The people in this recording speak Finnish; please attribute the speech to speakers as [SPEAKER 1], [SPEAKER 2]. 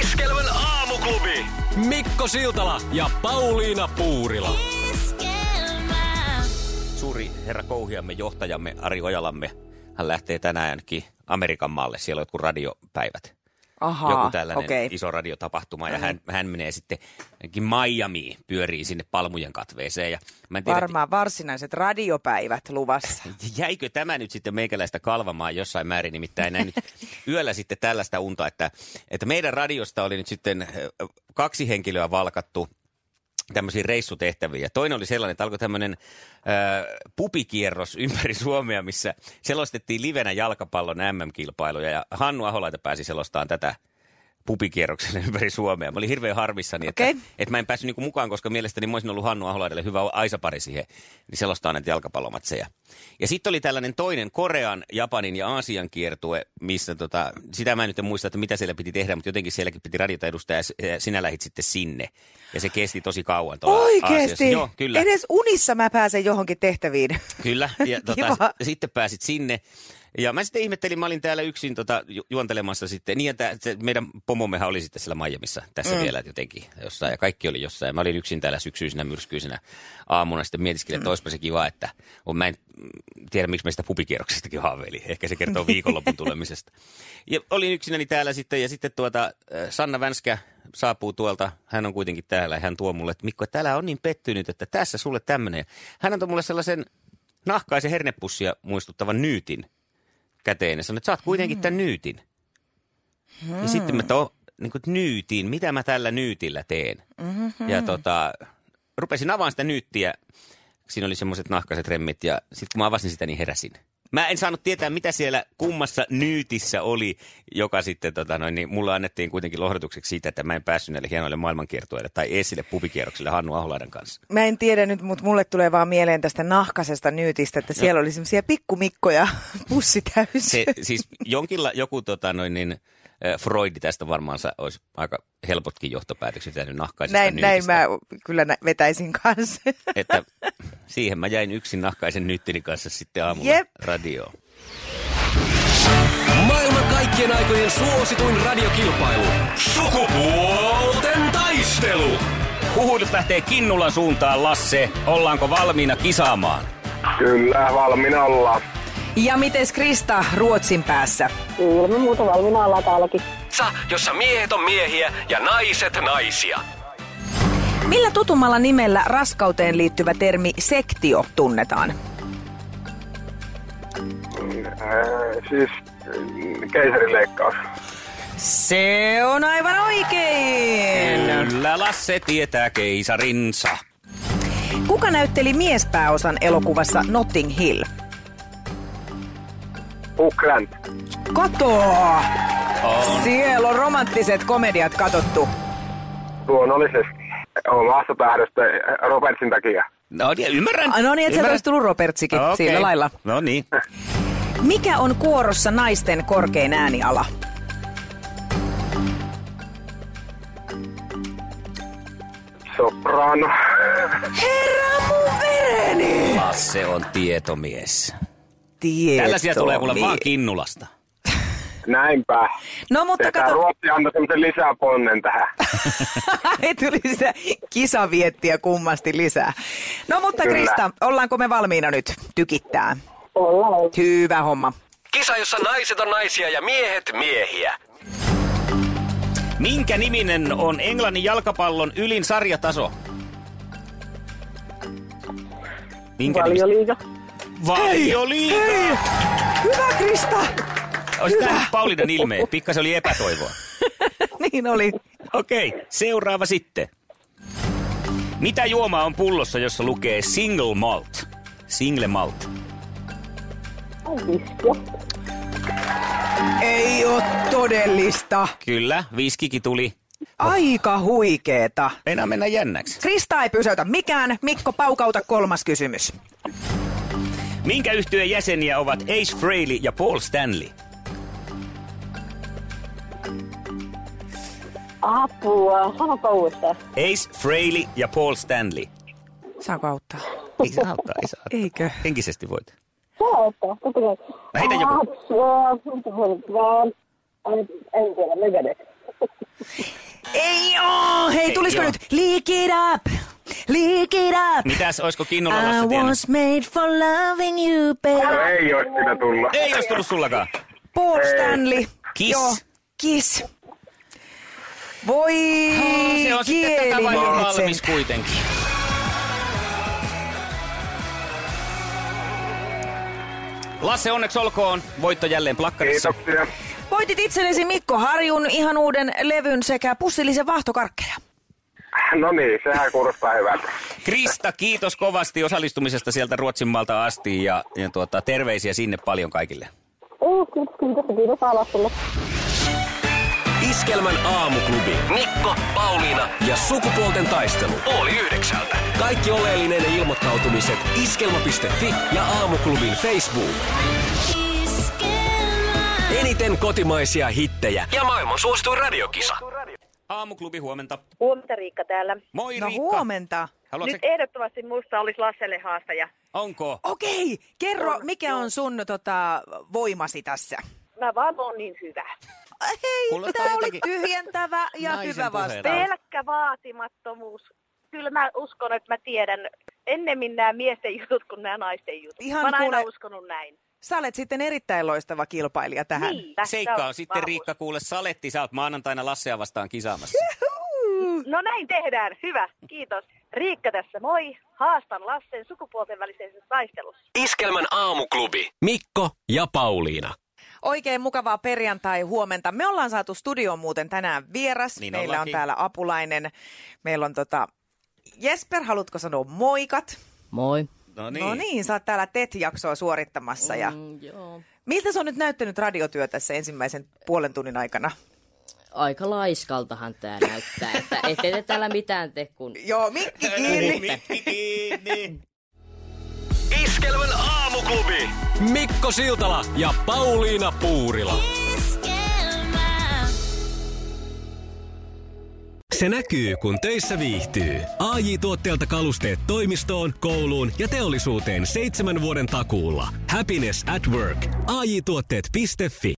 [SPEAKER 1] Iskelmän aamuklubi. Mikko Siltala ja Pauliina Puurila.
[SPEAKER 2] Suuri herra Kouhiamme, johtajamme Ari Ojalamme, hän lähtee tänäänkin Amerikan maalle. Siellä on jotkut radiopäivät.
[SPEAKER 3] Ahaa,
[SPEAKER 2] Joku tällainen
[SPEAKER 3] okei. No niin.
[SPEAKER 2] iso radiotapahtuma ja hän, hän menee sitten ainakin Miamiin, pyörii sinne palmujen katveeseen. Ja mä en tiedä,
[SPEAKER 3] Varmaan varsinaiset radiopäivät luvassa.
[SPEAKER 2] Jäikö tämä nyt sitten meikäläistä kalvamaan jossain määrin, nimittäin näin nyt yöllä sitten tällaista unta, että, että meidän radiosta oli nyt sitten ö, kaksi henkilöä valkattu tämmöisiin reissutehtäviin. Ja toinen oli sellainen, että alkoi tämmöinen ö, pupikierros ympäri Suomea, missä selostettiin livenä jalkapallon MM-kilpailuja. Ja Hannu Aholaita pääsi selostaan tätä pupikierrokselle ympäri Suomea. Mä olin hirveän harmissani, että,
[SPEAKER 3] Okei.
[SPEAKER 2] että mä en päässyt niinku mukaan, koska mielestäni mä olisin ollut Hannu Aholaidelle hyvä aisapari siihen, niin selostaa näitä jalkapallomatseja. Ja sitten oli tällainen toinen Korean, Japanin ja Aasian kiertue, missä tota, sitä mä en nyt en muista, että mitä siellä piti tehdä, mutta jotenkin sielläkin piti radiota edustaa ja s- ja sinä lähit sitten sinne. Ja se kesti tosi kauan tuolla Aasiassa.
[SPEAKER 3] Oikeesti?
[SPEAKER 2] Joo, kyllä.
[SPEAKER 3] Edes unissa mä pääsen johonkin tehtäviin.
[SPEAKER 2] Kyllä, ja tota,
[SPEAKER 3] Kiva.
[SPEAKER 2] s- sitten pääsit sinne. Ja mä sitten ihmettelin, mä olin täällä yksin tota, ju- juontelemassa sitten, niin että se, meidän pomommehan oli sitten siellä Miamiissa tässä mm. vielä jotenkin jossain, ja kaikki oli jossain. Ja Mä olin yksin täällä syksyisenä myrskyisenä aamuna, sitten mietiskelin, että olisipa se kiva, että on, mä en mm, tiedä, miksi meistä pubikierroksestakin haaveili. Ehkä se kertoo viikonlopun tulemisesta. Ja olin yksinäni täällä sitten, ja sitten tuota, äh, Sanna Vänskä saapuu tuolta, hän on kuitenkin täällä, ja hän tuo mulle, että Mikko, täällä on niin pettynyt, että tässä sulle tämmöinen. Hän antoi mulle sellaisen nahkaisen hernepussia muistuttavan nyytin käteen ja sanoi, että saat kuitenkin tämän nyytin. Ja sitten mä to, niin kuin, nyytin, mitä mä tällä nyytillä teen. Mm-hmm. Ja tota, rupesin avaamaan sitä nyyttiä. Siinä oli semmoiset nahkaiset remmit ja sitten kun mä avasin sitä, niin heräsin. Mä en saanut tietää, mitä siellä kummassa nyytissä oli, joka sitten, tota noin, niin mulle annettiin kuitenkin lohdutukseksi siitä, että mä en päässyt näille hienoille maailmankiertueille tai esille pubikierroksille Hannu Aholaiden kanssa.
[SPEAKER 3] Mä en tiedä nyt, mutta mulle tulee vaan mieleen tästä nahkasesta nyytistä, että siellä oli semmoisia pikkumikkoja, pussi täysi.
[SPEAKER 2] Se, siis jonkinla, joku tota, noin, niin, äh, Freud tästä varmaan sa- olisi aika helpotkin johtopäätökset tehnyt nahkaisesta
[SPEAKER 3] näin, näin
[SPEAKER 2] nyytistä.
[SPEAKER 3] mä kyllä nä- vetäisin kanssa.
[SPEAKER 2] Että siihen mä jäin yksin nahkaisen nyyttini kanssa sitten aamulla
[SPEAKER 3] Jep.
[SPEAKER 2] radioon.
[SPEAKER 1] Maailman kaikkien aikojen suosituin radiokilpailu. Sukupuolten taistelu.
[SPEAKER 2] Huhu nyt lähtee Kinnulan suuntaan, Lasse. Ollaanko valmiina kisaamaan?
[SPEAKER 4] Kyllä, valmiina ollaan.
[SPEAKER 3] Ja mites Krista Ruotsin päässä?
[SPEAKER 5] Ilman muuta valmiina ollaan täälläkin.
[SPEAKER 1] Sa, jossa miehet on miehiä ja naiset naisia.
[SPEAKER 3] Millä tutummalla nimellä raskauteen liittyvä termi sektio tunnetaan?
[SPEAKER 4] Äh, siis äh, keisarileikkaus.
[SPEAKER 3] Se on aivan oikein!
[SPEAKER 2] Kyllä Lasse tietää keisarinsa.
[SPEAKER 3] Kuka näytteli miespääosan elokuvassa Notting Hill?
[SPEAKER 4] Hugh Grant.
[SPEAKER 3] Kato!
[SPEAKER 2] On.
[SPEAKER 3] Siellä on romanttiset komediat katottu.
[SPEAKER 4] Luonnollisesti. On vastatähdöstä Robertsin takia.
[SPEAKER 2] No niin, ymmärrän.
[SPEAKER 3] Ah, No niin, että sieltä
[SPEAKER 2] Ymmärrän.
[SPEAKER 3] olisi tullut Robertsikin
[SPEAKER 2] Okei.
[SPEAKER 3] sillä lailla.
[SPEAKER 2] No niin.
[SPEAKER 3] Mikä on kuorossa naisten korkein ääniala?
[SPEAKER 4] Soprano.
[SPEAKER 3] Herra mun vereni!
[SPEAKER 2] Lasse on tietomies.
[SPEAKER 3] Tieto.
[SPEAKER 2] Tällaisia tulee kuule
[SPEAKER 3] niin.
[SPEAKER 2] vaan Kinnulasta.
[SPEAKER 4] Näinpä.
[SPEAKER 3] No mutta
[SPEAKER 4] Tämä
[SPEAKER 3] kato,
[SPEAKER 4] Ruotsi antoi semmoisen lisäponnen tähän.
[SPEAKER 3] ei tuli sitä kisaviettiä kummasti lisää. No mutta
[SPEAKER 4] Kyllä.
[SPEAKER 3] Krista, ollaanko me valmiina nyt tykittää?
[SPEAKER 5] Ollaan, ollaan.
[SPEAKER 3] Hyvä homma.
[SPEAKER 1] Kisa, jossa naiset on naisia ja miehet miehiä.
[SPEAKER 2] Minkä niminen on Englannin jalkapallon ylin sarjataso? Minkä
[SPEAKER 5] Valioliiga.
[SPEAKER 2] nimistä? Valioliiga!
[SPEAKER 3] Hyvä Krista!
[SPEAKER 2] Olisi tämä Paulinan ilme. Pikkasen oli epätoivoa.
[SPEAKER 3] niin oli.
[SPEAKER 2] Okei, seuraava sitten. Mitä juomaa on pullossa, jossa lukee single malt? Single malt.
[SPEAKER 5] Viskiä.
[SPEAKER 3] Ei oo todellista.
[SPEAKER 2] Kyllä, viskikin tuli.
[SPEAKER 3] Oh. Aika huikeeta.
[SPEAKER 2] Meinaa mennä jännäksi.
[SPEAKER 3] Krista ei pysäytä mikään. Mikko, paukauta kolmas kysymys.
[SPEAKER 2] Minkä yhtyeen jäseniä ovat Ace Frehley ja Paul Stanley?
[SPEAKER 5] Apua, sano kauesta.
[SPEAKER 2] Ace Frehley ja Paul Stanley.
[SPEAKER 3] Saanko auttaa?
[SPEAKER 2] Ei se auttaa, ei se auttaa.
[SPEAKER 3] Eikö?
[SPEAKER 2] Henkisesti voit.
[SPEAKER 5] Se ottaa, kuitenkin.
[SPEAKER 2] No heitä
[SPEAKER 6] Ah.
[SPEAKER 2] joku.
[SPEAKER 5] joku. En tiedä, Megadeth.
[SPEAKER 3] Ei oo! Hei,
[SPEAKER 2] Ei
[SPEAKER 3] tulisiko
[SPEAKER 2] oo. Niin,
[SPEAKER 3] nyt? Lick it up! Lick it up!
[SPEAKER 2] Mitäs, olisiko Kinnola lasta
[SPEAKER 3] I
[SPEAKER 2] tiennyt?
[SPEAKER 3] Äh, was made for loving you, baby.
[SPEAKER 4] No ei olisi sitä tullut.
[SPEAKER 2] Ei olisi tullut sullakaan.
[SPEAKER 3] Paul Stanley.
[SPEAKER 2] Kiss.
[SPEAKER 3] Joo, kiss. Voi
[SPEAKER 2] Oh, Se on sitten tätä vai on
[SPEAKER 3] kielineet
[SPEAKER 2] valmis
[SPEAKER 3] sentään.
[SPEAKER 2] kuitenkin. Lasse, onneksi olkoon. Voitto jälleen plakkarissa.
[SPEAKER 4] Kiitoksia.
[SPEAKER 3] Voitit itsellesi Mikko Harjun ihan uuden levyn sekä pussillisen vahtokarkkeja.
[SPEAKER 4] No niin, sehän kuulostaa hyvältä.
[SPEAKER 2] Krista, kiitos kovasti osallistumisesta sieltä Ruotsinmaalta asti ja, ja tuota, terveisiä sinne paljon kaikille.
[SPEAKER 5] Ei, Oh, kiitos, kiitos, kiitos Alassille.
[SPEAKER 1] Iskelmän aamuklubi. Mikko, Pauliina ja sukupuolten taistelu. Oli yhdeksältä. Kaikki oleellinen ilmoittautumiset iskelma.fi ja aamuklubin Facebook. Eniten kotimaisia hittejä ja maailman suosituin radiokisa.
[SPEAKER 2] Aamuklubi, huomenta.
[SPEAKER 6] Huomenta Riikka täällä.
[SPEAKER 2] Moi
[SPEAKER 3] No
[SPEAKER 2] Riikka.
[SPEAKER 3] huomenta.
[SPEAKER 2] Haluatko,
[SPEAKER 6] Nyt ehdottomasti musta olisi Lasselle haastaja.
[SPEAKER 2] onko?
[SPEAKER 3] Okei, kerro mikä on sun tota, voimasi tässä?
[SPEAKER 6] Mä vaan oon niin hyvä.
[SPEAKER 3] Hei,
[SPEAKER 2] Kuulostaa
[SPEAKER 3] tämä oli
[SPEAKER 2] jotenkin
[SPEAKER 3] tyhjentävä ja
[SPEAKER 2] naisen
[SPEAKER 3] hyvä vastaus.
[SPEAKER 2] puheelta.
[SPEAKER 6] Pelkkä vaatimattomuus. Kyllä mä uskon, että mä tiedän ennemmin nämä miesten jutut kuin nämä naisten jutut.
[SPEAKER 3] Ihan
[SPEAKER 6] mä oon aina
[SPEAKER 3] kuule-
[SPEAKER 6] uskonut näin.
[SPEAKER 3] Sä olet sitten erittäin loistava kilpailija tähän.
[SPEAKER 6] Niin, tässä
[SPEAKER 2] Seikka on sitten
[SPEAKER 6] vahvuus.
[SPEAKER 2] Riikka kuule saletti. Sä oot maanantaina Lassea vastaan kisaamassa.
[SPEAKER 6] No näin tehdään. Hyvä, kiitos. Riikka tässä, moi. Haastan Lassen sukupuolten välisessä taistelussa.
[SPEAKER 1] Iskelmän aamuklubi. Mikko ja Pauliina.
[SPEAKER 3] Oikein mukavaa perjantai-huomenta. Me ollaan saatu studioon muuten tänään vieras.
[SPEAKER 2] Niin
[SPEAKER 3] Meillä
[SPEAKER 2] ollaankin.
[SPEAKER 3] on täällä apulainen. Meillä on tota... Jesper, haluatko sanoa moikat?
[SPEAKER 7] Moi.
[SPEAKER 2] No
[SPEAKER 3] No niin, sä oot täällä TET-jaksoa suorittamassa. Ja...
[SPEAKER 7] Mm, joo.
[SPEAKER 3] Miltä se on nyt näyttänyt radiotyö tässä ensimmäisen puolen tunnin aikana?
[SPEAKER 7] Aika laiskaltahan tää näyttää, että ette te täällä mitään tee kun...
[SPEAKER 3] Joo, mikki kiinni.
[SPEAKER 2] Mikki kiinni.
[SPEAKER 1] Iskelmän aamuklubi. Mikko Siltala ja Pauliina Puurila. Se näkyy, kun töissä viihtyy. ai tuotteelta kalusteet toimistoon, kouluun ja teollisuuteen seitsemän vuoden takuulla. Happiness at work. AJ-tuotteet.fi.